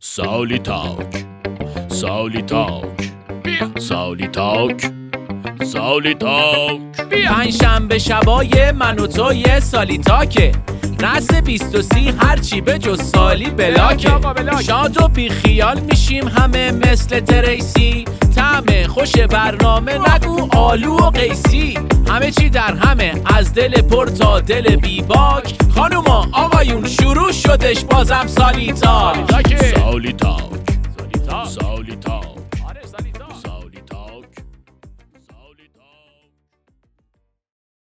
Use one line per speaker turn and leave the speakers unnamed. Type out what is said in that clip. سالی تاک سالی تاک
بیا
سالی تاک سالی تاک
پنج شنبه شبای من و تو یه سالی تاکه نسل بیست و سی هرچی به جز سالی بلاکه
آقا، بلاک.
شاد و بی خیال میشیم همه مثل تریسی طعم خوش برنامه نگو آلو و قیسی همه چی در همه از دل پر تا دل بی باک خانوما آقایون شروع شدش بازم سالی تاک
سالی تاک سالی تاک